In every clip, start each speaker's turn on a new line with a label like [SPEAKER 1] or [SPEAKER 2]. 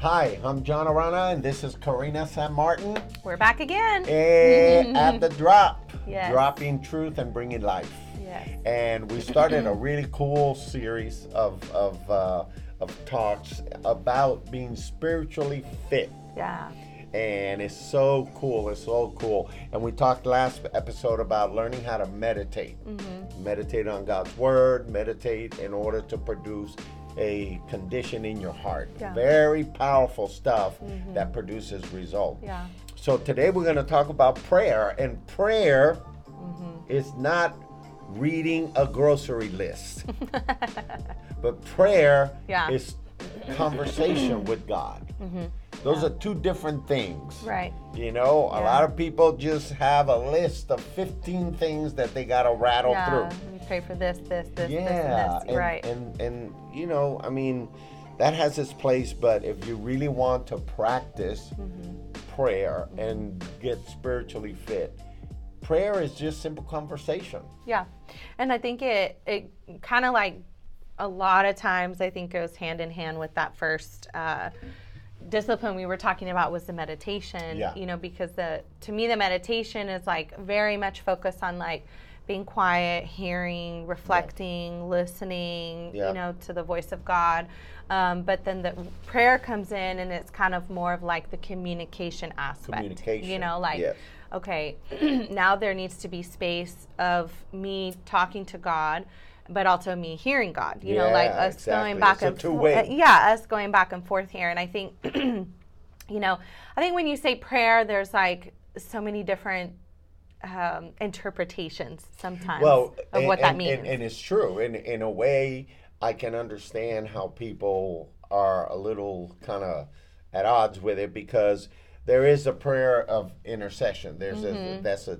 [SPEAKER 1] Hi, I'm John Arana, and this is Karina San Martin
[SPEAKER 2] We're back again.
[SPEAKER 1] eh, at the Drop,
[SPEAKER 2] Yes.
[SPEAKER 1] dropping truth and bringing life.
[SPEAKER 2] Yes.
[SPEAKER 1] And we started a really cool series of of, uh, of talks about being spiritually fit.
[SPEAKER 2] Yeah.
[SPEAKER 1] And it's so cool. It's so cool. And we talked last episode about learning how to meditate.
[SPEAKER 2] Mm-hmm.
[SPEAKER 1] Meditate on God's word, meditate in order to produce a condition in your heart.
[SPEAKER 2] Yeah. Mm-hmm.
[SPEAKER 1] Very powerful stuff that produces result.
[SPEAKER 2] Yeah.
[SPEAKER 1] So today we're going to talk about prayer. And prayer
[SPEAKER 2] Mm-hmm.
[SPEAKER 1] is not reading a grocery list, but prayer
[SPEAKER 2] Yeah. Mm-hmm.
[SPEAKER 1] is conversation with God. Those are two different things.
[SPEAKER 2] Right.
[SPEAKER 1] You know, a
[SPEAKER 2] Yeah.
[SPEAKER 1] lot of people just have a list of 15 things that they got to rattle
[SPEAKER 2] yeah.
[SPEAKER 1] through.
[SPEAKER 2] We pray for this, this, this,
[SPEAKER 1] Yeah.
[SPEAKER 2] this, and
[SPEAKER 1] And,
[SPEAKER 2] this. right.
[SPEAKER 1] And, and, you know, I mean, that has its place, but if you really want to practice
[SPEAKER 2] Mm-hmm.
[SPEAKER 1] prayer and get spiritually fit, prayer is just simple conversation.
[SPEAKER 2] yeah. And I think it it kind of like a lot of times I think goes hand in hand with that first uh, discipline we were talking about was the meditation.
[SPEAKER 1] Yeah.
[SPEAKER 2] You know, because the to me the meditation is like very much focused on like being quiet, hearing, reflecting, listening,
[SPEAKER 1] Yeah.
[SPEAKER 2] you know, to the voice of God. Um, but then the prayer comes in and it's kind of more of like the communication aspect. You
[SPEAKER 1] Communication,
[SPEAKER 2] know, like
[SPEAKER 1] yes.
[SPEAKER 2] okay, now there needs to be space of me talking to God, but also me hearing God. You know, like
[SPEAKER 1] Yeah,
[SPEAKER 2] us
[SPEAKER 1] exactly.
[SPEAKER 2] going back
[SPEAKER 1] It's a
[SPEAKER 2] and fo- uh,
[SPEAKER 1] two-way.
[SPEAKER 2] yeah, us going back and forth here. And I think, you know, I think when you say prayer, there's like so many different um, interpretations sometimes
[SPEAKER 1] well,
[SPEAKER 2] of
[SPEAKER 1] and,
[SPEAKER 2] what that
[SPEAKER 1] and-
[SPEAKER 2] means.
[SPEAKER 1] And, and it's true. In in a way, I can understand how people are a little kind of at odds with it because there is a prayer of intercession. There's a,
[SPEAKER 2] Mm-hmm.
[SPEAKER 1] that's a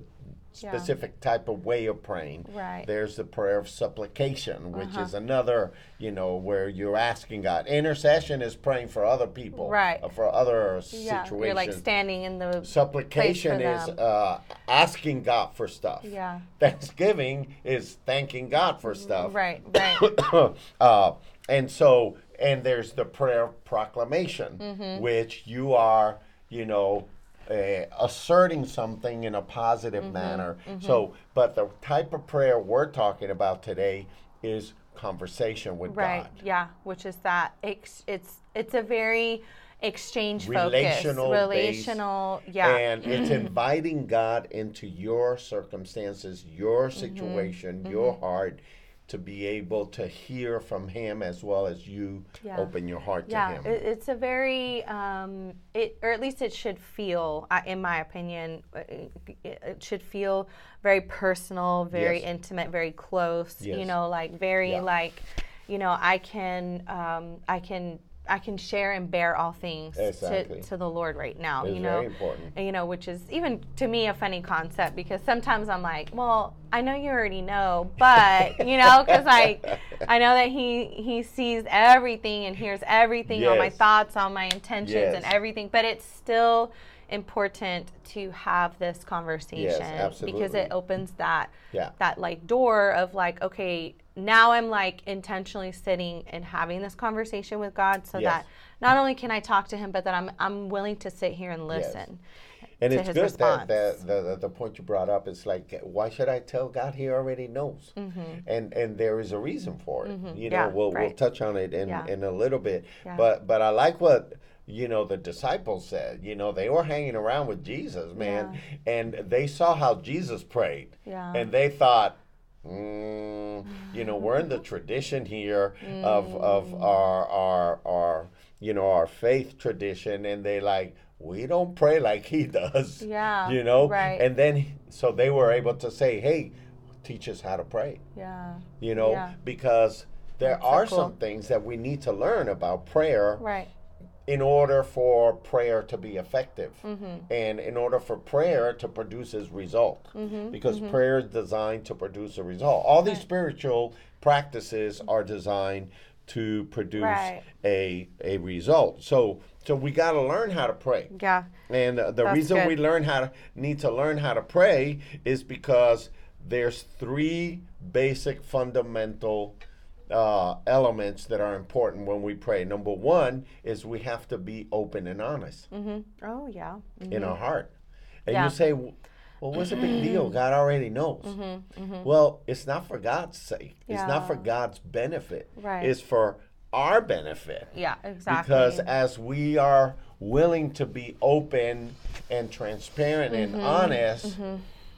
[SPEAKER 1] specific type of way of praying.
[SPEAKER 2] Right. Uh-huh.
[SPEAKER 1] There's the prayer of supplication, which is another, you know, where you're asking God. Intercession is praying for other people,
[SPEAKER 2] Right.
[SPEAKER 1] uh, for other
[SPEAKER 2] yeah,
[SPEAKER 1] situations.
[SPEAKER 2] you're like standing in the
[SPEAKER 1] Supplication
[SPEAKER 2] Place
[SPEAKER 1] is
[SPEAKER 2] for them.
[SPEAKER 1] uh, asking God for stuff.
[SPEAKER 2] Yeah.
[SPEAKER 1] Thanksgiving is thanking God for stuff.
[SPEAKER 2] right, right,
[SPEAKER 1] uh, and so, and there's the prayer of proclamation,
[SPEAKER 2] Mm-hmm.
[SPEAKER 1] which you are, you know, uh, asserting something in a positive
[SPEAKER 2] Mm-hmm.
[SPEAKER 1] manner. So, but the type of prayer we're talking about today is conversation with
[SPEAKER 2] right.
[SPEAKER 1] God.
[SPEAKER 2] Yeah, which is that ex- it's it's a very exchange
[SPEAKER 1] Relational
[SPEAKER 2] focus,
[SPEAKER 1] based
[SPEAKER 2] relational, yeah, Mm-hmm.
[SPEAKER 1] And it's inviting God into your circumstances, your
[SPEAKER 2] Mm-hmm.
[SPEAKER 1] situation, your heart to be able to hear from Him as well as you
[SPEAKER 2] Yeah.
[SPEAKER 1] open your heart
[SPEAKER 2] yeah
[SPEAKER 1] to Him.
[SPEAKER 2] it- it's a very um, it or at least it should feel I- in my opinion uh, it it should feel very personal very
[SPEAKER 1] Yes.
[SPEAKER 2] intimate very close you
[SPEAKER 1] Yes.
[SPEAKER 2] know like very
[SPEAKER 1] Yeah.
[SPEAKER 2] like you know i can um, i can i can share and bear all things
[SPEAKER 1] Exactly.
[SPEAKER 2] to, to the lord right now
[SPEAKER 1] It's
[SPEAKER 2] you know
[SPEAKER 1] very important.
[SPEAKER 2] you know which is even to me a funny concept because sometimes i'm like well i know you already know but you know because like i know that he he sees everything and hears everything all my
[SPEAKER 1] Yes.
[SPEAKER 2] thoughts all my intentions and
[SPEAKER 1] Yes.
[SPEAKER 2] everything but it's still important to have this conversation because
[SPEAKER 1] absolutely.
[SPEAKER 2] it opens that
[SPEAKER 1] Yeah.
[SPEAKER 2] that like door of like okay now i'm like intentionally sitting and having this conversation with god so
[SPEAKER 1] Yes.
[SPEAKER 2] that not only can i talk to him but that i'm i'm willing to sit here and listen
[SPEAKER 1] and
[SPEAKER 2] to
[SPEAKER 1] it's good
[SPEAKER 2] his
[SPEAKER 1] that,
[SPEAKER 2] response.
[SPEAKER 1] that the, the, the point you brought up is like, why should I tell God He already knows? And and there is a reason for it. You know,
[SPEAKER 2] Mm-hmm. Yeah,
[SPEAKER 1] we'll, we'll
[SPEAKER 2] right.
[SPEAKER 1] touch on it in,
[SPEAKER 2] Yeah.
[SPEAKER 1] in a little bit.
[SPEAKER 2] Yeah.
[SPEAKER 1] But but I like what you know the disciples said. You know, they were hanging around with Jesus, man, and they saw how Jesus prayed,
[SPEAKER 2] Yeah.
[SPEAKER 1] and they thought. Mm, you know, we're in the tradition here of of
[SPEAKER 2] Mm.
[SPEAKER 1] our our our you know our faith tradition, and they like we don't pray like he does.
[SPEAKER 2] Yeah,
[SPEAKER 1] you know,
[SPEAKER 2] right.
[SPEAKER 1] And then so they were able to say, "Hey, teach us how to pray."
[SPEAKER 2] Yeah.
[SPEAKER 1] You know,
[SPEAKER 2] Yeah.
[SPEAKER 1] because there
[SPEAKER 2] That's so
[SPEAKER 1] are
[SPEAKER 2] cool.
[SPEAKER 1] some things that we need to learn about prayer
[SPEAKER 2] Right.
[SPEAKER 1] in order for prayer to be effective and in order for prayer to produce its result because prayer is designed to produce a result all these spiritual practices are designed to produce
[SPEAKER 2] Right.
[SPEAKER 1] a a result so so we got to learn how to pray
[SPEAKER 2] Yeah.
[SPEAKER 1] and uh, the
[SPEAKER 2] That's
[SPEAKER 1] reason we
[SPEAKER 2] good.
[SPEAKER 1] learn how to need to learn how to pray is because there's three basic fundamental uh, elements that are important when we pray. Number one is we have to be open and honest
[SPEAKER 2] Oh yeah.
[SPEAKER 1] in our heart. And
[SPEAKER 2] Yeah. Mm-hmm.
[SPEAKER 1] you say, well, what's the big deal? God already knows. Well, it's not for God's sake, it's
[SPEAKER 2] Yeah.
[SPEAKER 1] not for God's benefit,
[SPEAKER 2] Right.
[SPEAKER 1] it's for our benefit.
[SPEAKER 2] Yeah, exactly.
[SPEAKER 1] Because as we are willing to be open and transparent
[SPEAKER 2] Mm-hmm.
[SPEAKER 1] and honest,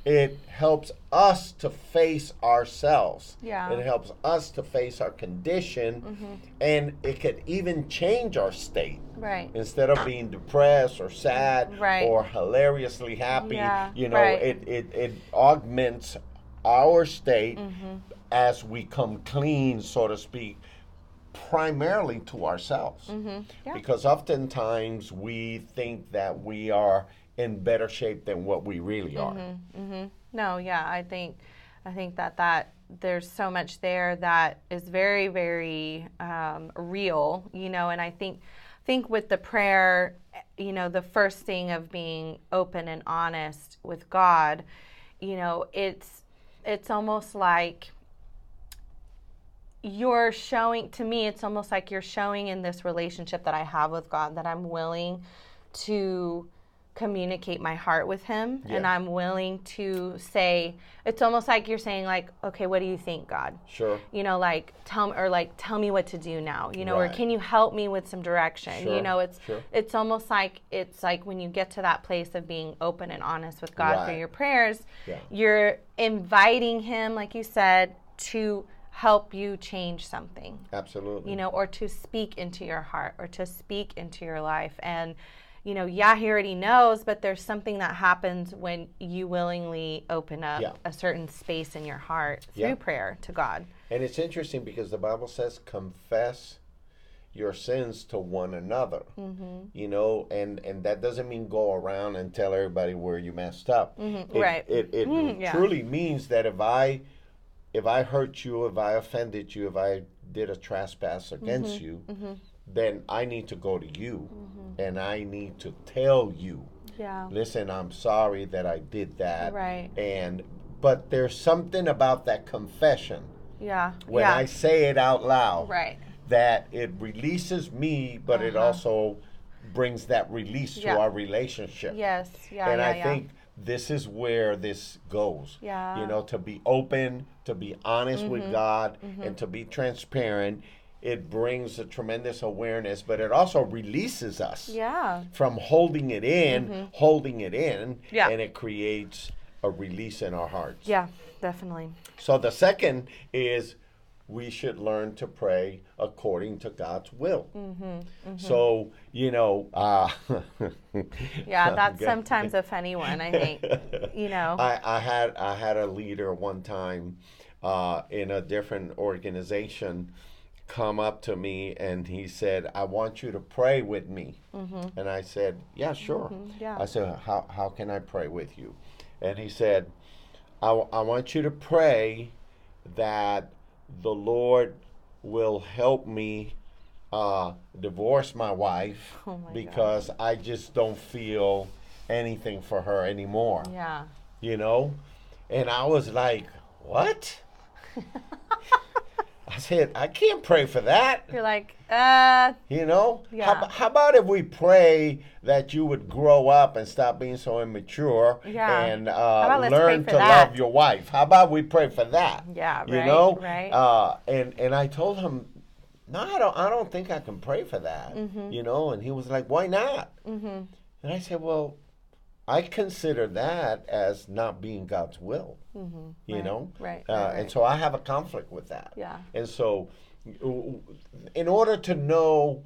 [SPEAKER 1] it helps us to face ourselves.
[SPEAKER 2] Yeah. Mm-hmm.
[SPEAKER 1] It helps us to face our condition, and it could even change our state.
[SPEAKER 2] right.
[SPEAKER 1] Instead of being depressed or sad
[SPEAKER 2] Right.
[SPEAKER 1] or hilariously happy,
[SPEAKER 2] Yeah,
[SPEAKER 1] you know,
[SPEAKER 2] right.
[SPEAKER 1] it, it, it augments our state
[SPEAKER 2] Mm-hmm.
[SPEAKER 1] as we come clean, so to speak, primarily to ourselves.
[SPEAKER 2] Mm-hmm. yeah.
[SPEAKER 1] Because oftentimes we think that we are in better shape than what we really are.
[SPEAKER 2] Mm-hmm. No, yeah, I think, I think that that there's so much there that is very, very um, real, you know. And I think, think with the prayer, you know, the first thing of being open and honest with God, you know, it's, it's almost like you're showing to me it's almost like you're showing in this relationship that i have with god that i'm willing to communicate my heart with him and
[SPEAKER 1] Yeah.
[SPEAKER 2] i'm willing to say it's almost like you're saying like okay what do you think god
[SPEAKER 1] Sure.
[SPEAKER 2] you know like tell me or like tell me what to do now you know or
[SPEAKER 1] Right.
[SPEAKER 2] can you help me with some direction you
[SPEAKER 1] Sure,
[SPEAKER 2] know it's
[SPEAKER 1] sure.
[SPEAKER 2] it's almost like it's like when you get to that place of being open and honest with god through
[SPEAKER 1] Right.
[SPEAKER 2] your prayers
[SPEAKER 1] Yeah.
[SPEAKER 2] you're inviting him like you said to help you change something
[SPEAKER 1] Absolutely.
[SPEAKER 2] you know, or to speak into your heart or to speak into your life. And, you know, yeah, he already knows, but there's something that happens when you willingly open up
[SPEAKER 1] Yeah.
[SPEAKER 2] a certain space in your heart through
[SPEAKER 1] Yeah.
[SPEAKER 2] prayer to God.
[SPEAKER 1] And it's interesting because the Bible says, confess your sins to one another.
[SPEAKER 2] Mm-hmm.
[SPEAKER 1] You know, and and that doesn't mean go around and tell everybody where you messed up. It,
[SPEAKER 2] Mm-hmm. right. Mm-hmm.
[SPEAKER 1] It it
[SPEAKER 2] yeah.
[SPEAKER 1] truly means that if I if I hurt you, if I offended you, if I did a trespass against
[SPEAKER 2] Mm-hmm.
[SPEAKER 1] you, then I need to go to you and I need to tell you
[SPEAKER 2] Yeah.
[SPEAKER 1] listen i'm sorry that i did that
[SPEAKER 2] Right.
[SPEAKER 1] and but there's something about that confession
[SPEAKER 2] Yeah.
[SPEAKER 1] when
[SPEAKER 2] yeah.
[SPEAKER 1] i say it out loud
[SPEAKER 2] right. Uh-huh.
[SPEAKER 1] that it releases me but it also brings that release
[SPEAKER 2] Yeah.
[SPEAKER 1] to our relationship
[SPEAKER 2] Yes. Yeah.
[SPEAKER 1] and
[SPEAKER 2] yeah,
[SPEAKER 1] i
[SPEAKER 2] yeah.
[SPEAKER 1] think this is where this goes
[SPEAKER 2] Yeah. Mm-hmm.
[SPEAKER 1] you know to be open to be honest with god and to be transparent it brings a tremendous awareness but it also releases us
[SPEAKER 2] Yeah. Mm-hmm.
[SPEAKER 1] from holding it in, holding it in,
[SPEAKER 2] Yeah.
[SPEAKER 1] and it creates a release in our hearts.
[SPEAKER 2] Yeah. Definitely.
[SPEAKER 1] So the second is we should learn to pray according to God's will.
[SPEAKER 2] Mm-hmm,
[SPEAKER 1] So, you know, uh,
[SPEAKER 2] Yeah. That's
[SPEAKER 1] Okay.
[SPEAKER 2] sometimes a funny one, I think. you know.
[SPEAKER 1] I, I had I had a leader one time uh, in a different organization come up to me and he said, "I want you to pray with me." And I said, "Yeah, sure."
[SPEAKER 2] Mm-hmm. yeah.
[SPEAKER 1] I said, "How how can I pray with you?" And he said, "I w- I want you to pray that the Lord will help me." Uh, divorce my wife
[SPEAKER 2] Oh my God.
[SPEAKER 1] because I just don't feel anything for her anymore
[SPEAKER 2] yeah.
[SPEAKER 1] you know? And I was like, what? I said, I can't pray for that,
[SPEAKER 2] You're like, uh,
[SPEAKER 1] you know? How,
[SPEAKER 2] Yeah.
[SPEAKER 1] ab- how about if we pray that you would grow up and stop being so immature
[SPEAKER 2] Yeah.
[SPEAKER 1] and
[SPEAKER 2] about
[SPEAKER 1] uh,
[SPEAKER 2] let's pray
[SPEAKER 1] learn
[SPEAKER 2] for
[SPEAKER 1] to
[SPEAKER 2] that?
[SPEAKER 1] love your wife? How about we pray for that?
[SPEAKER 2] Yeah,
[SPEAKER 1] You
[SPEAKER 2] right,
[SPEAKER 1] know?
[SPEAKER 2] right.
[SPEAKER 1] Uh, and, and I told him, no, I don't, I don't think I can pray for that,
[SPEAKER 2] Mm-hmm.
[SPEAKER 1] you know? And he was like, why not? Mm-hmm. And I said, well, I consider that as not being God's will. You
[SPEAKER 2] Mm-hmm. Right,
[SPEAKER 1] know,
[SPEAKER 2] right,
[SPEAKER 1] Uh,
[SPEAKER 2] right, right.
[SPEAKER 1] And so I have a conflict with that.
[SPEAKER 2] Yeah.
[SPEAKER 1] And so, w- w- in order to know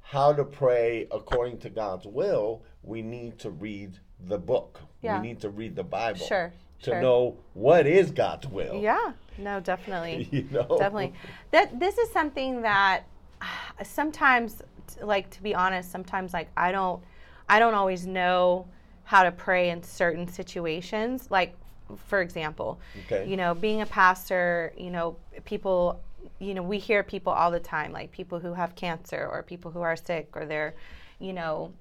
[SPEAKER 1] how to pray according to God's will, we need to read the book.
[SPEAKER 2] Yeah.
[SPEAKER 1] We need to read the Bible.
[SPEAKER 2] Sure,
[SPEAKER 1] To
[SPEAKER 2] sure.
[SPEAKER 1] know what is God's will.
[SPEAKER 2] yeah. No, definitely.
[SPEAKER 1] You know.
[SPEAKER 2] definitely that this is something that ah, sometimes t- like to be honest sometimes like i don't i don't always know how to pray in certain situations like for example
[SPEAKER 1] Okay.
[SPEAKER 2] you know being a pastor you know people you know we hear people all the time like people who have cancer or people who are sick or they're you know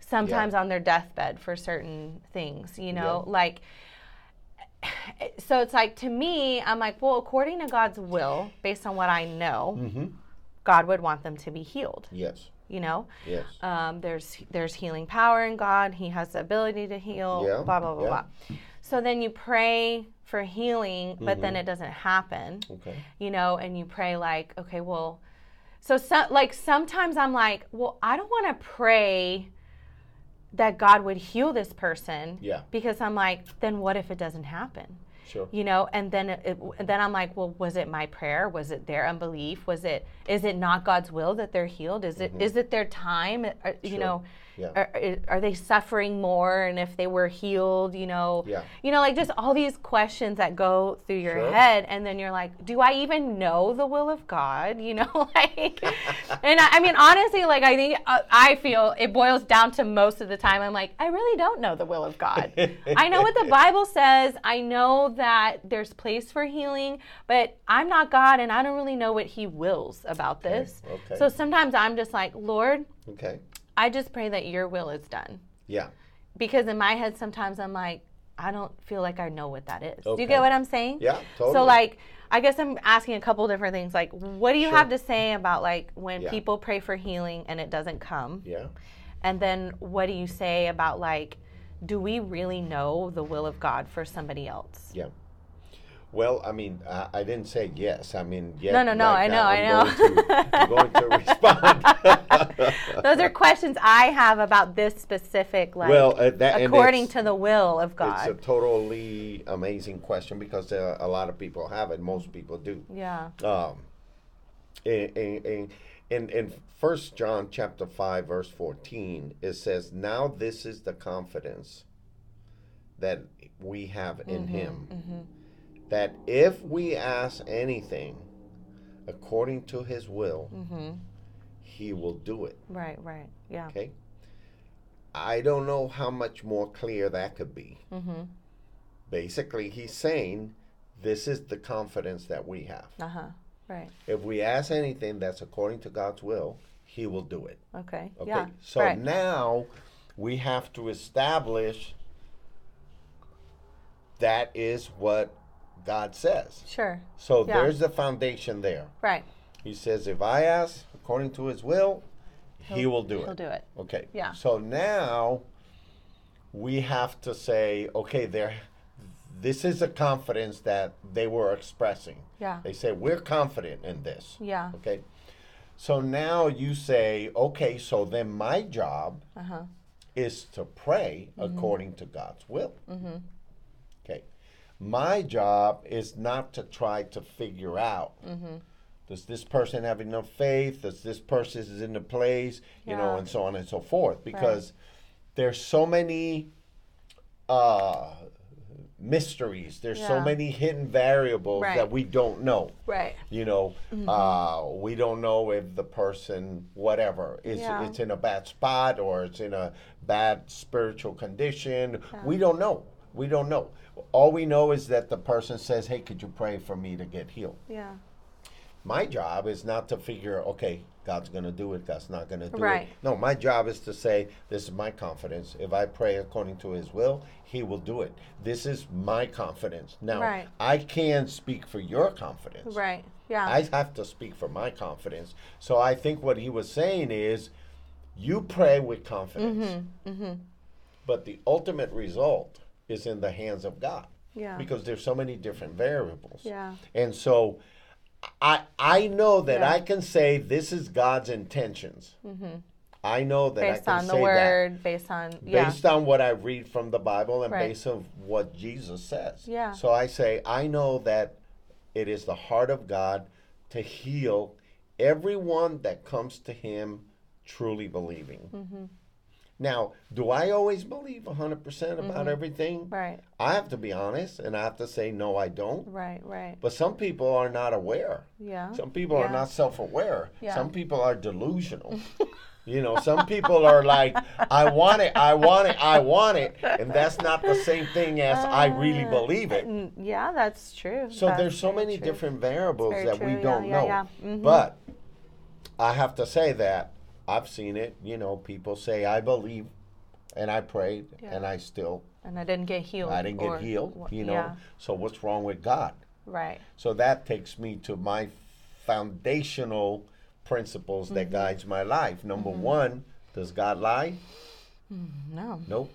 [SPEAKER 2] sometimes on their deathbed for certain things you know like so it's like to me, I'm like, well, according to God's will, based on what I know,
[SPEAKER 1] Mm-hmm.
[SPEAKER 2] God would want them to be healed.
[SPEAKER 1] Yes.
[SPEAKER 2] You know,
[SPEAKER 1] Yes.
[SPEAKER 2] um, there's there's healing power in God. He has the ability to heal.
[SPEAKER 1] Yeah,
[SPEAKER 2] Blah blah blah
[SPEAKER 1] yeah.
[SPEAKER 2] blah. So then you pray for healing, but
[SPEAKER 1] Mm-hmm.
[SPEAKER 2] then it doesn't happen.
[SPEAKER 1] Okay.
[SPEAKER 2] You know, and you pray like, okay, well, so, so like sometimes I'm like, well, I don't want to pray that God would heal this person.
[SPEAKER 1] Yeah.
[SPEAKER 2] Because I'm like, then what if it doesn't happen?
[SPEAKER 1] Sure.
[SPEAKER 2] you know and then it, it- then i'm like well was it my prayer was it their unbelief was it is it not god's will that they're healed is it is it their time Are-
[SPEAKER 1] Mm-hmm.
[SPEAKER 2] you
[SPEAKER 1] Sure.
[SPEAKER 2] know
[SPEAKER 1] Yeah.
[SPEAKER 2] are, are they suffering more and if they were healed you know
[SPEAKER 1] Yeah.
[SPEAKER 2] you know like just all these questions that go through your
[SPEAKER 1] Sure.
[SPEAKER 2] head and then you're like do i even know the will of god you know like and I, I mean honestly like i think uh, i feel it boils down to most of the time i'm like i really don't know the will of god I know what the Bible says. I know that there's place for healing, but I'm not God and I don't really know what He wills about this.
[SPEAKER 1] okay.
[SPEAKER 2] So sometimes I'm just like, Lord,
[SPEAKER 1] Okay.
[SPEAKER 2] I just pray that your will is done.
[SPEAKER 1] Yeah.
[SPEAKER 2] Because in my head, sometimes I'm like, I don't feel like I know what that is. Do
[SPEAKER 1] Okay.
[SPEAKER 2] you get what I'm saying?
[SPEAKER 1] Yeah. Totally.
[SPEAKER 2] So like I guess I'm asking a couple different things. Like, what do you
[SPEAKER 1] Sure.
[SPEAKER 2] have to say about like when
[SPEAKER 1] Yeah.
[SPEAKER 2] people pray for healing and it doesn't come?
[SPEAKER 1] Yeah.
[SPEAKER 2] And then what do you say about like, do we really know the will of God for somebody else?
[SPEAKER 1] Yeah. Well, I mean, I, I didn't say yes. I mean, yes.
[SPEAKER 2] No, no, no, I know, I know.
[SPEAKER 1] I'm going to, I'm going to respond.
[SPEAKER 2] Those are questions I have about this specific, like,
[SPEAKER 1] well, uh, that, and
[SPEAKER 2] according
[SPEAKER 1] it's-
[SPEAKER 2] to the will of
[SPEAKER 1] It's a
[SPEAKER 2] God.
[SPEAKER 1] totally amazing question because uh, a lot of people have it. Most people do.
[SPEAKER 2] yeah.
[SPEAKER 1] Um, in, in, in, in, in 1 John chapter 5, verse 14, it says, Now this is the confidence that we have in him. That if we ask anything according to his will, he will do it.
[SPEAKER 2] Right. Right. Yeah.
[SPEAKER 1] Okay? I don't know how much more clear that could be.
[SPEAKER 2] Mm-hmm.
[SPEAKER 1] Basically, he's saying, This is the confidence that we have.
[SPEAKER 2] Uh huh. Right.
[SPEAKER 1] If we ask anything that's according to God's will, He will do it.
[SPEAKER 2] Okay.
[SPEAKER 1] Okay.
[SPEAKER 2] Yeah.
[SPEAKER 1] so
[SPEAKER 2] right.
[SPEAKER 1] now we have to establish that is what God says.
[SPEAKER 2] sure.
[SPEAKER 1] So
[SPEAKER 2] Yeah.
[SPEAKER 1] there's the foundation there.
[SPEAKER 2] Right.
[SPEAKER 1] He says, if I ask according to His will, He will do
[SPEAKER 2] He'll
[SPEAKER 1] it.
[SPEAKER 2] do it.
[SPEAKER 1] Okay.
[SPEAKER 2] Yeah.
[SPEAKER 1] So now we have to say, okay, there. This is a confidence that they were expressing.
[SPEAKER 2] Yeah.
[SPEAKER 1] They say we're confident in this.
[SPEAKER 2] Yeah.
[SPEAKER 1] Okay. So now you say, okay, so then my job
[SPEAKER 2] Uh huh.
[SPEAKER 1] is to pray
[SPEAKER 2] Mm-hmm.
[SPEAKER 1] according to God's will. Okay. My job is not to try to figure out
[SPEAKER 2] Mm-hmm.
[SPEAKER 1] does this person have enough faith? Does this person is in the place? You know,
[SPEAKER 2] Yeah.
[SPEAKER 1] and so on and so forth. Because there's so many uh, mysteries, there's so
[SPEAKER 2] Yeah.
[SPEAKER 1] many hidden variables
[SPEAKER 2] Right.
[SPEAKER 1] that we don't know
[SPEAKER 2] Right.
[SPEAKER 1] you know
[SPEAKER 2] Mm-hmm.
[SPEAKER 1] uh, we don't know if the person whatever is
[SPEAKER 2] Yeah.
[SPEAKER 1] it's in a bad spot or it's in a bad spiritual condition we don't know we don't know all we know is that the person says hey could you pray for me to get healed
[SPEAKER 2] Yeah.
[SPEAKER 1] my job is not to figure okay god's going to do it god's not going to do
[SPEAKER 2] Right.
[SPEAKER 1] it no my job is to say this is my confidence if i pray according to his will he will do it this is my confidence now
[SPEAKER 2] Right.
[SPEAKER 1] i can speak for your confidence
[SPEAKER 2] Right. Yeah.
[SPEAKER 1] I have to speak for my confidence. So I think what he was saying is, you pray with confidence,
[SPEAKER 2] Mm-hmm,
[SPEAKER 1] but the ultimate result is in the hands of God.
[SPEAKER 2] Yeah.
[SPEAKER 1] Because there's so many different variables.
[SPEAKER 2] Yeah.
[SPEAKER 1] And so, I I know that
[SPEAKER 2] Yeah. Mm-hmm.
[SPEAKER 1] I can say this is God's intentions. I know that I
[SPEAKER 2] based
[SPEAKER 1] can
[SPEAKER 2] on the
[SPEAKER 1] say
[SPEAKER 2] word. Based on
[SPEAKER 1] that
[SPEAKER 2] yeah.
[SPEAKER 1] based on what I read from the Bible and
[SPEAKER 2] Right.
[SPEAKER 1] based on what Jesus says.
[SPEAKER 2] Yeah.
[SPEAKER 1] So I say, I know that it is the heart of God to heal everyone that comes to Him truly believing.
[SPEAKER 2] Mm-hmm.
[SPEAKER 1] Now, do I always believe 100% about everything?
[SPEAKER 2] Mm-hmm. Right. Mm-hmm.
[SPEAKER 1] I have to be honest and I have to say, no, I don't.
[SPEAKER 2] Right. Right.
[SPEAKER 1] But some people are not aware.
[SPEAKER 2] Yeah.
[SPEAKER 1] Some people are
[SPEAKER 2] Yeah.
[SPEAKER 1] not self aware.
[SPEAKER 2] Yeah.
[SPEAKER 1] Some people are delusional. you know, some people are like, I want it, I want it, I want it. And that's not the same thing as I really believe it.
[SPEAKER 2] Mm, yeah. That's true.
[SPEAKER 1] So
[SPEAKER 2] Oh, That's
[SPEAKER 1] there's so
[SPEAKER 2] very
[SPEAKER 1] many
[SPEAKER 2] true.
[SPEAKER 1] different variables
[SPEAKER 2] very
[SPEAKER 1] that we
[SPEAKER 2] true, yeah,
[SPEAKER 1] don't
[SPEAKER 2] yeah,
[SPEAKER 1] know.
[SPEAKER 2] yeah. Mhm.
[SPEAKER 1] But I have to say that I've seen it. You know, people say, I believe and I prayed
[SPEAKER 2] Yeah.
[SPEAKER 1] and I still
[SPEAKER 2] and I didn't get healed.
[SPEAKER 1] I didn't
[SPEAKER 2] or
[SPEAKER 1] get healed,
[SPEAKER 2] wh-
[SPEAKER 1] you know.
[SPEAKER 2] yeah,
[SPEAKER 1] So what's wrong with God?
[SPEAKER 2] right.
[SPEAKER 1] So that takes me to my foundational principles that guides my life. Number one, does God lie?
[SPEAKER 2] No,
[SPEAKER 1] Nope.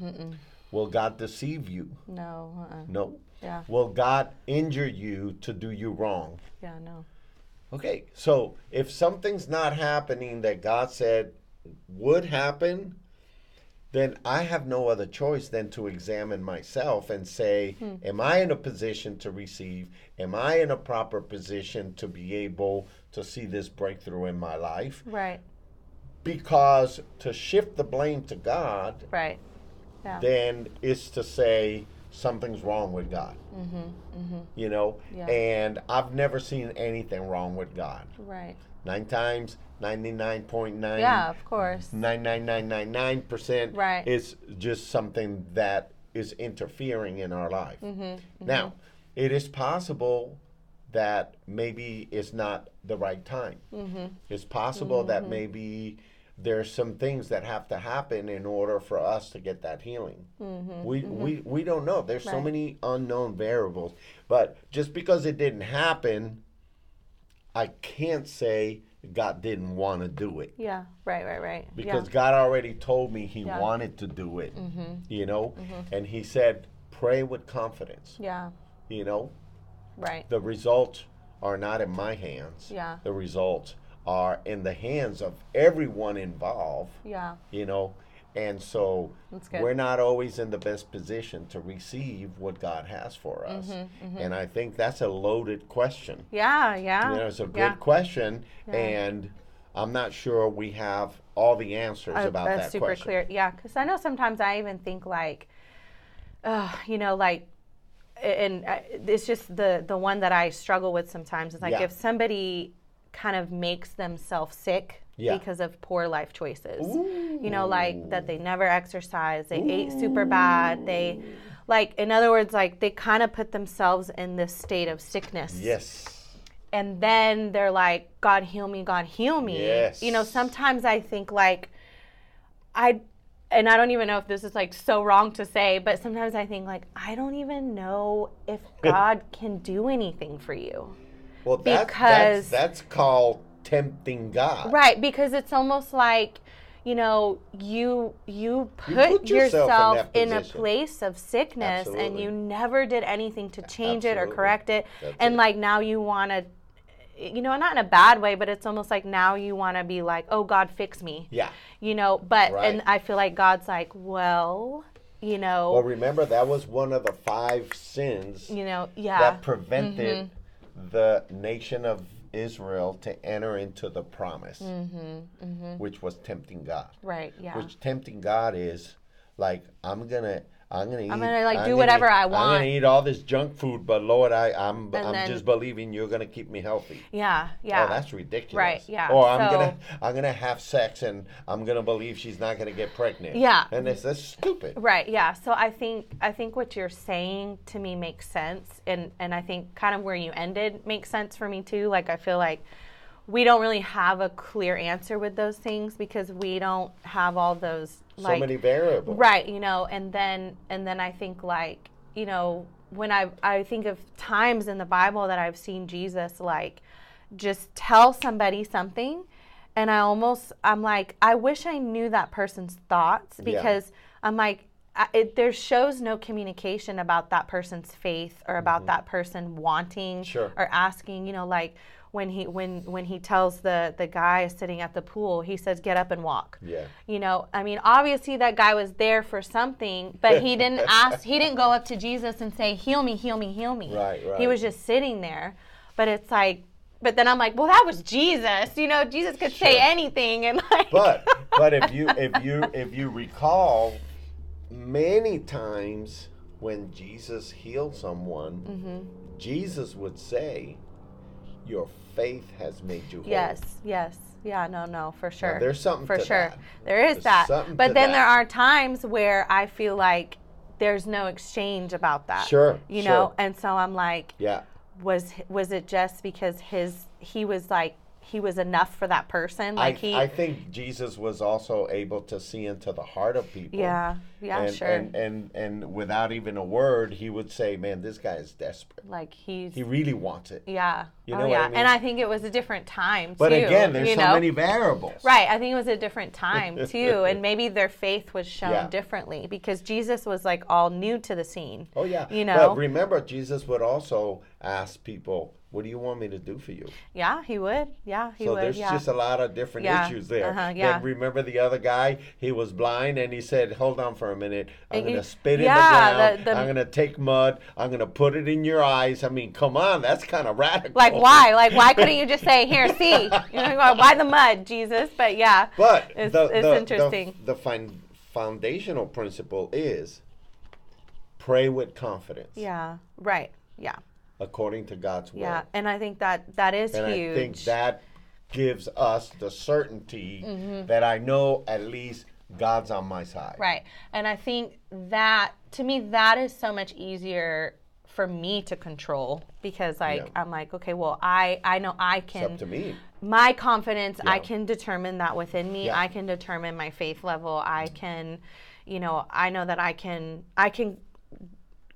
[SPEAKER 1] Will God deceive you?
[SPEAKER 2] no, uh-uh.
[SPEAKER 1] Nope.
[SPEAKER 2] yeah,
[SPEAKER 1] Will God injure you to do you wrong?
[SPEAKER 2] yeah, no,
[SPEAKER 1] Okay, so if something's not happening that God said would happen, then I have no other choice than to examine myself and say, Am I in a position to receive? Am I in a proper position to be able to see this breakthrough in my life?
[SPEAKER 2] right,
[SPEAKER 1] Because to shift the blame to God,
[SPEAKER 2] right, yeah,
[SPEAKER 1] then is to say something's wrong with God. Mm-hmm, mm-hmm. You know?
[SPEAKER 2] Yeah.
[SPEAKER 1] And I've never seen anything wrong with God
[SPEAKER 2] right,
[SPEAKER 1] nine times, 99.9,
[SPEAKER 2] yeah, of course,
[SPEAKER 1] 99999%
[SPEAKER 2] Right.
[SPEAKER 1] is just something that is interfering in our life.
[SPEAKER 2] Mm-hmm,
[SPEAKER 1] Now, it is possible that maybe it's not the right time.
[SPEAKER 2] Mm-hmm.
[SPEAKER 1] It's possible that maybe there's some things that have to happen in order for us to get that healing. We, we we don't know. There's so
[SPEAKER 2] Mm-hmm, Right.
[SPEAKER 1] many unknown variables. But just because it didn't happen, I can't say God didn't want to do it
[SPEAKER 2] yeah, right, right, right,
[SPEAKER 1] because
[SPEAKER 2] yeah,
[SPEAKER 1] God already told me He
[SPEAKER 2] Yeah. Mm-hmm.
[SPEAKER 1] wanted to do it, you know, and He said, pray with confidence,
[SPEAKER 2] yeah,
[SPEAKER 1] you know.
[SPEAKER 2] right,
[SPEAKER 1] The results are not in my hands.
[SPEAKER 2] Yeah.
[SPEAKER 1] The results are in the hands of everyone involved,
[SPEAKER 2] yeah,
[SPEAKER 1] you know, and so
[SPEAKER 2] That's good.
[SPEAKER 1] we're not always in the best position to receive what God has for us,
[SPEAKER 2] Mm-hmm,
[SPEAKER 1] and I think that's a loaded question.
[SPEAKER 2] yeah, yeah,
[SPEAKER 1] You know, it's a good
[SPEAKER 2] yeah.
[SPEAKER 1] question,
[SPEAKER 2] Yeah.
[SPEAKER 1] and I'm not sure we have all the answers
[SPEAKER 2] Uh,
[SPEAKER 1] about
[SPEAKER 2] that's
[SPEAKER 1] that
[SPEAKER 2] super
[SPEAKER 1] question.
[SPEAKER 2] clear. Yeah, because I know sometimes I even think like, uh, you know, like, and I, it's just the the one that I struggle with sometimes. It's like
[SPEAKER 1] Yeah.
[SPEAKER 2] if somebody kind of makes themselves sick
[SPEAKER 1] Yeah.
[SPEAKER 2] because of poor life choices. You know, like that they never exercise, they ate super bad, they like in other words like they kind of put themselves in this state of sickness
[SPEAKER 1] Yes.
[SPEAKER 2] and then they're like, God heal me, God heal me.
[SPEAKER 1] Yes.
[SPEAKER 2] You know, sometimes I think like I and I don't even know if this is like so wrong to say, but sometimes I think like I don't even know if God can do anything for you.
[SPEAKER 1] Well, that,
[SPEAKER 2] Because-
[SPEAKER 1] that's that's called tempting God.
[SPEAKER 2] Right, because it's almost like you know, you you put,
[SPEAKER 1] put yourself in
[SPEAKER 2] yourself,
[SPEAKER 1] that
[SPEAKER 2] in, a
[SPEAKER 1] position.
[SPEAKER 2] place of sickness and
[SPEAKER 1] Absolutely.
[SPEAKER 2] you never did anything to change it or
[SPEAKER 1] Absolutely.
[SPEAKER 2] correct it.
[SPEAKER 1] That's
[SPEAKER 2] and
[SPEAKER 1] it.
[SPEAKER 2] like now you want to you know, not in a bad way, but it's almost like now you want to be like, "Oh God, fix me."
[SPEAKER 1] Yeah.
[SPEAKER 2] you know but and
[SPEAKER 1] Right.
[SPEAKER 2] i feel like god's like well you know
[SPEAKER 1] Well, remember that was one of the five sins
[SPEAKER 2] you know yeah Mm-hmm.
[SPEAKER 1] that prevented the nation of Israel to enter into the promise, which was tempting God.
[SPEAKER 2] Mm-hmm. right yeah
[SPEAKER 1] Which tempting God is like I'm gonna. I'm gonna. Eat,
[SPEAKER 2] I'm gonna, like, do
[SPEAKER 1] gonna
[SPEAKER 2] whatever
[SPEAKER 1] eat-
[SPEAKER 2] I
[SPEAKER 1] I'm
[SPEAKER 2] want.
[SPEAKER 1] gonna eat all this junk food, but Lord, I, I'm
[SPEAKER 2] And
[SPEAKER 1] I'm
[SPEAKER 2] then-
[SPEAKER 1] just believing you're gonna keep me healthy.
[SPEAKER 2] yeah yeah
[SPEAKER 1] Oh, that's ridiculous.
[SPEAKER 2] Right, yeah,
[SPEAKER 1] Or I'm
[SPEAKER 2] so-
[SPEAKER 1] gonna I'm gonna have sex and I'm gonna believe she's not gonna get pregnant.
[SPEAKER 2] Yeah.
[SPEAKER 1] And it's that's stupid.
[SPEAKER 2] right yeah so i think i think what you're saying to me makes sense and and i think kind of where you ended makes sense for me too like i feel like we don't really have a clear answer with those things because we don't have all those like
[SPEAKER 1] so many variables.
[SPEAKER 2] right you know and then and then i think like you know when i i think of times in the bible that i've seen jesus like just tell somebody something and i almost i'm like i wish i knew that person's thoughts because i'm like I, it, there shows no communication about that person's faith or about that person wanting
[SPEAKER 1] Sure.
[SPEAKER 2] or asking you know like when he when when he tells the the guy sitting at the pool he says get up and walk
[SPEAKER 1] Yeah.
[SPEAKER 2] you know, I mean, obviously that guy was there for something, but he didn't ask, he didn't go up to Jesus and say, Heal me, heal me, heal me.
[SPEAKER 1] Right,
[SPEAKER 2] He
[SPEAKER 1] right.
[SPEAKER 2] was just sitting there. But it's like, but then I'm like, Well, that was Jesus. You know, Jesus could say
[SPEAKER 1] Sure.
[SPEAKER 2] anything. And like,
[SPEAKER 1] But but if you if you if you recall many times when Jesus healed someone,
[SPEAKER 2] Mm-hmm.
[SPEAKER 1] Jesus would say, Your faith has made you whole.
[SPEAKER 2] yes, yes. Yeah, no, no, for sure.
[SPEAKER 1] there's something
[SPEAKER 2] for
[SPEAKER 1] to
[SPEAKER 2] sure.
[SPEAKER 1] that.
[SPEAKER 2] There is
[SPEAKER 1] There's
[SPEAKER 2] that.
[SPEAKER 1] something
[SPEAKER 2] But
[SPEAKER 1] to
[SPEAKER 2] then
[SPEAKER 1] that.
[SPEAKER 2] there are times where I feel like there's no exchange about that.
[SPEAKER 1] Sure,
[SPEAKER 2] You
[SPEAKER 1] sure.
[SPEAKER 2] know, and so I'm like,
[SPEAKER 1] Yeah.
[SPEAKER 2] was was it just because his he was like he was enough for that person. Like
[SPEAKER 1] I,
[SPEAKER 2] he,
[SPEAKER 1] I think Jesus was also able to see into the heart of people.
[SPEAKER 2] yeah, yeah,
[SPEAKER 1] and,
[SPEAKER 2] sure.
[SPEAKER 1] and, and and without even a word, he would say, "Man, this guy is desperate.
[SPEAKER 2] like he's,
[SPEAKER 1] He really wants it."
[SPEAKER 2] yeah,
[SPEAKER 1] You
[SPEAKER 2] oh
[SPEAKER 1] know what
[SPEAKER 2] yeah.
[SPEAKER 1] I mean?
[SPEAKER 2] And I think it was a different time
[SPEAKER 1] But
[SPEAKER 2] too.
[SPEAKER 1] again, there's
[SPEAKER 2] you
[SPEAKER 1] so
[SPEAKER 2] know?
[SPEAKER 1] many variables.
[SPEAKER 2] Right, I think it was a different time too, and maybe their faith was shown
[SPEAKER 1] Yeah.
[SPEAKER 2] differently because Jesus was like all new to the scene.
[SPEAKER 1] Oh yeah.
[SPEAKER 2] You know?
[SPEAKER 1] But remember, Jesus would also ask people, "What do you want me to do for you?"
[SPEAKER 2] Yeah, he would. Yeah, he
[SPEAKER 1] so
[SPEAKER 2] would.
[SPEAKER 1] there's
[SPEAKER 2] Yeah.
[SPEAKER 1] just a lot of different
[SPEAKER 2] Yeah,
[SPEAKER 1] issues there.
[SPEAKER 2] uh-huh,
[SPEAKER 1] Then
[SPEAKER 2] yeah.
[SPEAKER 1] remember the other guy? He was blind, and he said, "Hold on for a minute. I'm
[SPEAKER 2] And you-
[SPEAKER 1] going to spit in
[SPEAKER 2] yeah,
[SPEAKER 1] the ground.
[SPEAKER 2] the- the-
[SPEAKER 1] I'm going to take mud. I'm going to put it in your eyes. I mean, come on, that's kind of radical."
[SPEAKER 2] like why? Like why couldn't you just say here, see? You know, why the mud, Jesus? But yeah,
[SPEAKER 1] But
[SPEAKER 2] it's,
[SPEAKER 1] the,
[SPEAKER 2] it's
[SPEAKER 1] the- the-
[SPEAKER 2] interesting.
[SPEAKER 1] The, fin- foundational principle is pray with confidence
[SPEAKER 2] yeah, right. Yeah,
[SPEAKER 1] according to God's will.
[SPEAKER 2] yeah, and I think that that is
[SPEAKER 1] And
[SPEAKER 2] huge.
[SPEAKER 1] I think that gives us the certainty that I know at least God's on my side.
[SPEAKER 2] Mm-hmm. Right. And I think that to me that is so much easier for me to control because like
[SPEAKER 1] Yeah.
[SPEAKER 2] I'm like, okay, well I I know I
[SPEAKER 1] It's up
[SPEAKER 2] can
[SPEAKER 1] to me.
[SPEAKER 2] my confidence, I
[SPEAKER 1] Yeah.
[SPEAKER 2] can determine that within me.
[SPEAKER 1] Yeah.
[SPEAKER 2] I can determine my faith level. I can you know, I know that I can I can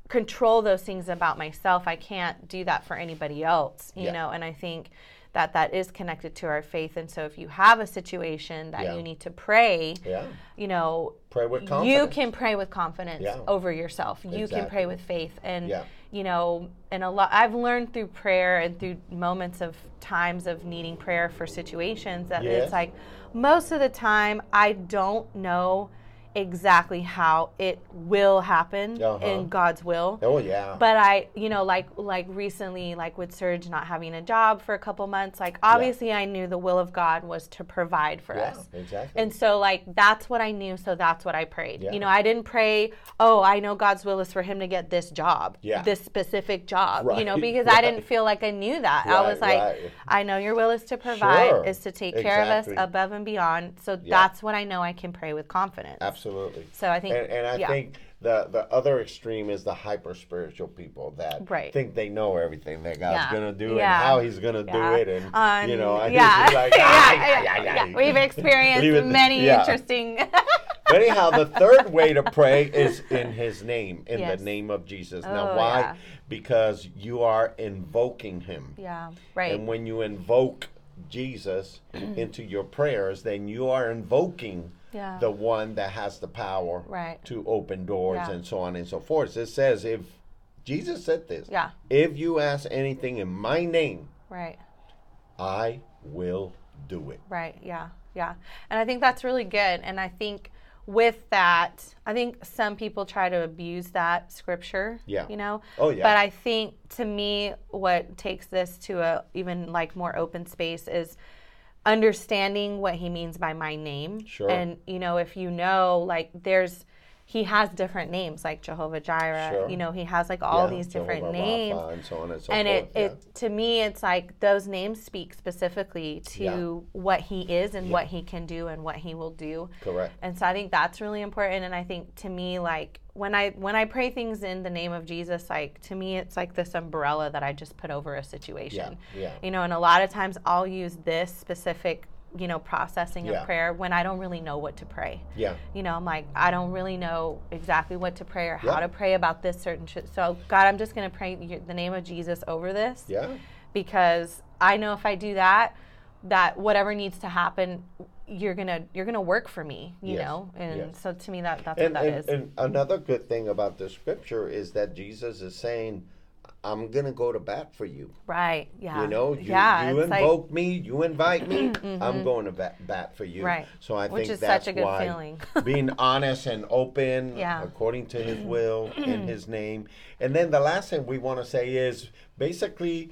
[SPEAKER 2] control those things about myself. I can't do that for anybody else, you
[SPEAKER 1] Yeah.
[SPEAKER 2] know, and I think that that is connected to our faith and so if you have a situation that
[SPEAKER 1] Yeah.
[SPEAKER 2] you need to pray,
[SPEAKER 1] Yeah.
[SPEAKER 2] you know,
[SPEAKER 1] Pray with
[SPEAKER 2] you
[SPEAKER 1] confidence.
[SPEAKER 2] can pray with confidence
[SPEAKER 1] Yeah.
[SPEAKER 2] over yourself. You can pray
[SPEAKER 1] Exactly.
[SPEAKER 2] with faith, and
[SPEAKER 1] Yeah.
[SPEAKER 2] you know, and a lot. I've learned through prayer and through moments of times of needing prayer for situations that
[SPEAKER 1] Yes.
[SPEAKER 2] it's like most of the time I don't know exactly how it will happen
[SPEAKER 1] Uh-huh.
[SPEAKER 2] in God's will.
[SPEAKER 1] Oh yeah.
[SPEAKER 2] But I, you know, like like recently, like with Serge not having a job for a couple months, like obviously I knew the will of God was to provide for
[SPEAKER 1] yeah,
[SPEAKER 2] us.
[SPEAKER 1] exactly.
[SPEAKER 2] And so, like, that's what I knew. So that's what I prayed.
[SPEAKER 1] Yeah.
[SPEAKER 2] You know, I didn't pray, oh, I know God's will is for him to get this job,
[SPEAKER 1] Yeah.
[SPEAKER 2] this specific job, you know,
[SPEAKER 1] Right,
[SPEAKER 2] because I didn't
[SPEAKER 1] right.
[SPEAKER 2] feel like I knew that. I
[SPEAKER 1] Right,
[SPEAKER 2] was like,
[SPEAKER 1] right.
[SPEAKER 2] I know your will is to provide,
[SPEAKER 1] Sure.
[SPEAKER 2] is to take care of us
[SPEAKER 1] Exactly.
[SPEAKER 2] above and beyond. So that's what I know I can pray with confidence.
[SPEAKER 1] Absolutely.
[SPEAKER 2] So I think,
[SPEAKER 1] and, and I
[SPEAKER 2] yeah.
[SPEAKER 1] think the the other extreme is the hyper spiritual people that
[SPEAKER 2] Right.
[SPEAKER 1] think they know everything that God's
[SPEAKER 2] Yeah.
[SPEAKER 1] gonna do
[SPEAKER 2] Yeah.
[SPEAKER 1] and how He's gonna
[SPEAKER 2] Yeah.
[SPEAKER 1] do it, and
[SPEAKER 2] Um,
[SPEAKER 1] you know, and he's
[SPEAKER 2] yeah.
[SPEAKER 1] just like,
[SPEAKER 2] yeah,
[SPEAKER 1] "Ah,
[SPEAKER 2] yeah,
[SPEAKER 1] yeah, yeah,
[SPEAKER 2] yeah.
[SPEAKER 1] yeah." Leave
[SPEAKER 2] We've experienced
[SPEAKER 1] it-
[SPEAKER 2] many
[SPEAKER 1] yeah.
[SPEAKER 2] interesting.
[SPEAKER 1] But anyhow, the third way to pray is in His name, in
[SPEAKER 2] Yes.
[SPEAKER 1] the name of Jesus.
[SPEAKER 2] Oh,
[SPEAKER 1] now, why?
[SPEAKER 2] yeah.
[SPEAKER 1] Because you are invoking Him.
[SPEAKER 2] yeah, right.
[SPEAKER 1] And when you invoke Jesus into your prayers, then you are invoking
[SPEAKER 2] Yeah.
[SPEAKER 1] the one that has the power
[SPEAKER 2] Right.
[SPEAKER 1] to open doors
[SPEAKER 2] Yeah.
[SPEAKER 1] and so on and so forth. It says, if Jesus said this,
[SPEAKER 2] Yeah.
[SPEAKER 1] if you ask anything in my name,
[SPEAKER 2] right.
[SPEAKER 1] I will do it.
[SPEAKER 2] Right. Yeah. Yeah. And I think that's really good. And I think with that, I think some people try to abuse that scripture.
[SPEAKER 1] Yeah.
[SPEAKER 2] You know.
[SPEAKER 1] Oh, yeah.
[SPEAKER 2] But I think to me, what takes this to a even like more open space is understanding what he means by my name.
[SPEAKER 1] Sure.
[SPEAKER 2] And you know, if you know, like, there's. He has different names like Jehovah Jireh.
[SPEAKER 1] Sure.
[SPEAKER 2] You know, he has like all
[SPEAKER 1] Yeah,
[SPEAKER 2] these different
[SPEAKER 1] Jehovah
[SPEAKER 2] names
[SPEAKER 1] Rapha and so on and so
[SPEAKER 2] and it,
[SPEAKER 1] forth. yeah.
[SPEAKER 2] it to me it's like those names speak specifically to
[SPEAKER 1] Yeah.
[SPEAKER 2] what he is and what he can do and what he will do
[SPEAKER 1] Correct.
[SPEAKER 2] and so i think that's really important and i think to me like when i when i pray things in the name of jesus like to me it's like this umbrella that i just put over a situation
[SPEAKER 1] yeah.
[SPEAKER 2] you know and a lot of times i'll use this specific you know processing
[SPEAKER 1] Yeah.
[SPEAKER 2] of prayer when i don't really know what to pray
[SPEAKER 1] Yeah.
[SPEAKER 2] you know, I'm like, I don't really know exactly what to pray or how
[SPEAKER 1] Yeah.
[SPEAKER 2] to pray about this certain shit. So, God, I'm just going to pray your- the name of Jesus over this
[SPEAKER 1] Yeah.
[SPEAKER 2] because I know if I do that, that whatever needs to happen, you're gonna you're gonna work for me, you
[SPEAKER 1] Yes,
[SPEAKER 2] know. And
[SPEAKER 1] yes.
[SPEAKER 2] so to me, that that's
[SPEAKER 1] And,
[SPEAKER 2] what that is.
[SPEAKER 1] and, and another good thing about the scripture is that Jesus is saying, I'm going to go to bat for you.
[SPEAKER 2] right? Yeah.
[SPEAKER 1] You know, you,
[SPEAKER 2] yeah.
[SPEAKER 1] you
[SPEAKER 2] it's like- Mm-hmm.
[SPEAKER 1] invoke me, you invite me, I'm going to bat, bat for you.
[SPEAKER 2] Right.
[SPEAKER 1] So I
[SPEAKER 2] Which
[SPEAKER 1] think
[SPEAKER 2] is such
[SPEAKER 1] that's
[SPEAKER 2] a good
[SPEAKER 1] why
[SPEAKER 2] feeling.
[SPEAKER 1] being honest and open,
[SPEAKER 2] Yeah.
[SPEAKER 1] according to His will in His name. And then the last thing we want to say is basically.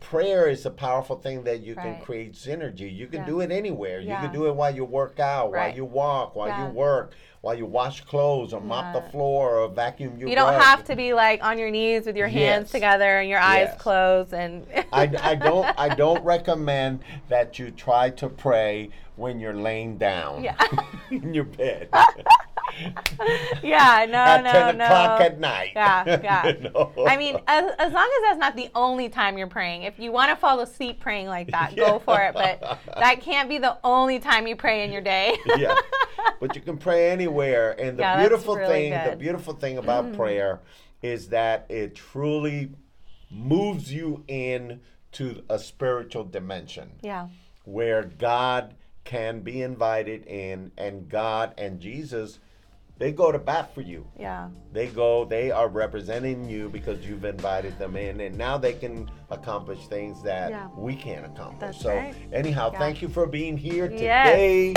[SPEAKER 1] Prayer is a powerful thing that you
[SPEAKER 2] Right.
[SPEAKER 1] can create synergy. You can
[SPEAKER 2] Yeah.
[SPEAKER 1] do it anywhere. You
[SPEAKER 2] Yeah.
[SPEAKER 1] can do it while you work out,
[SPEAKER 2] Right.
[SPEAKER 1] while you walk, while
[SPEAKER 2] Yeah.
[SPEAKER 1] you work, while you wash clothes or mop the
[SPEAKER 2] Yeah.
[SPEAKER 1] floor or vacuum your
[SPEAKER 2] you don't
[SPEAKER 1] rug.
[SPEAKER 2] have to be like on your knees with your hands
[SPEAKER 1] Yes.
[SPEAKER 2] together and your eyes
[SPEAKER 1] Yes.
[SPEAKER 2] closed and
[SPEAKER 1] I, I don't I don't recommend that you try to pray when you're laying down
[SPEAKER 2] Yeah.
[SPEAKER 1] in your bed.
[SPEAKER 2] yeah, no,
[SPEAKER 1] at
[SPEAKER 2] Oh, no,
[SPEAKER 1] 10
[SPEAKER 2] no.
[SPEAKER 1] o'clock at night.
[SPEAKER 2] Yeah, yeah.
[SPEAKER 1] No.
[SPEAKER 2] I mean, as, as long as that's not the only time you're praying. If you want to fall asleep praying like that,
[SPEAKER 1] Yeah.
[SPEAKER 2] go for it. But that can't be the only time you pray in your day.
[SPEAKER 1] yeah. But you can pray anywhere. And the
[SPEAKER 2] Yeah, that's
[SPEAKER 1] beautiful
[SPEAKER 2] really
[SPEAKER 1] thing, the
[SPEAKER 2] good. Mm.
[SPEAKER 1] beautiful thing about prayer is that it truly moves you in to a spiritual dimension
[SPEAKER 2] yeah,
[SPEAKER 1] where God can be invited in and God and Jesus they go to bat for you.
[SPEAKER 2] yeah,
[SPEAKER 1] They go, they are representing you because you've invited them in, and now they can accomplish things that
[SPEAKER 2] Yeah.
[SPEAKER 1] we can't accomplish.
[SPEAKER 2] That's
[SPEAKER 1] so,
[SPEAKER 2] right.
[SPEAKER 1] anyhow,
[SPEAKER 2] Yeah.
[SPEAKER 1] thank you for being here
[SPEAKER 2] Yes.
[SPEAKER 1] today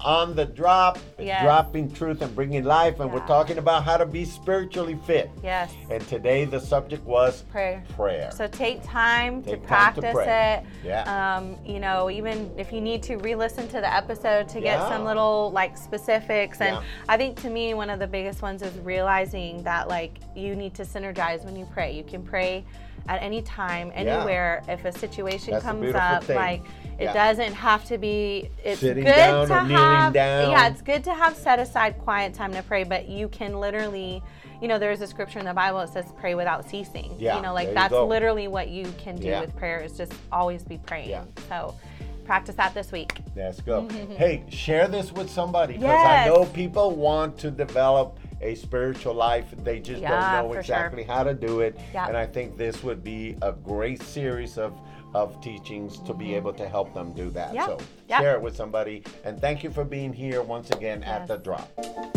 [SPEAKER 1] on the drop,
[SPEAKER 2] Yes.
[SPEAKER 1] dropping truth and bringing life, and we're
[SPEAKER 2] Yeah.
[SPEAKER 1] talking about how to be spiritually fit.
[SPEAKER 2] yes.
[SPEAKER 1] And today the subject was
[SPEAKER 2] Prayer.
[SPEAKER 1] prayer.
[SPEAKER 2] So take time
[SPEAKER 1] Take time to
[SPEAKER 2] to practice
[SPEAKER 1] pray.
[SPEAKER 2] it.
[SPEAKER 1] Yeah.
[SPEAKER 2] Um, you know, even if you need to re-listen to the episode to get
[SPEAKER 1] Yeah.
[SPEAKER 2] some little like specifics. And
[SPEAKER 1] Yeah.
[SPEAKER 2] I think to me one of the biggest ones is realizing that like you need to synergize when you pray. You can pray at any time, anywhere. If a situation
[SPEAKER 1] That's a
[SPEAKER 2] comes
[SPEAKER 1] beautiful
[SPEAKER 2] up,
[SPEAKER 1] thing.
[SPEAKER 2] like it
[SPEAKER 1] Yeah.
[SPEAKER 2] doesn't have to be. It's
[SPEAKER 1] Sitting
[SPEAKER 2] good
[SPEAKER 1] down
[SPEAKER 2] to
[SPEAKER 1] or kneeling
[SPEAKER 2] have.
[SPEAKER 1] down.
[SPEAKER 2] Yeah, it's good to have set aside quiet time to pray. But you can literally, you know, there is a scripture in the Bible that says pray without ceasing.
[SPEAKER 1] Yeah,
[SPEAKER 2] you know,
[SPEAKER 1] there
[SPEAKER 2] like
[SPEAKER 1] you
[SPEAKER 2] that's
[SPEAKER 1] go.
[SPEAKER 2] literally literally what you can do
[SPEAKER 1] Yeah.
[SPEAKER 2] with prayer is just always be praying.
[SPEAKER 1] Yeah.
[SPEAKER 2] So practice that this week.
[SPEAKER 1] Let's go. hey, share this with somebody because I
[SPEAKER 2] Mm-hmm. Yes.
[SPEAKER 1] know people want to develop a spiritual life. They just
[SPEAKER 2] Yeah,
[SPEAKER 1] don't know
[SPEAKER 2] for sure.
[SPEAKER 1] exactly how to do it.
[SPEAKER 2] Yeah.
[SPEAKER 1] And I think this would be a great series of of teachings to be able to help them do that.
[SPEAKER 2] Mm-hmm. Yeah,
[SPEAKER 1] So
[SPEAKER 2] yeah.
[SPEAKER 1] share it with somebody. And thank you for being here once again at
[SPEAKER 2] Yes.
[SPEAKER 1] the drop.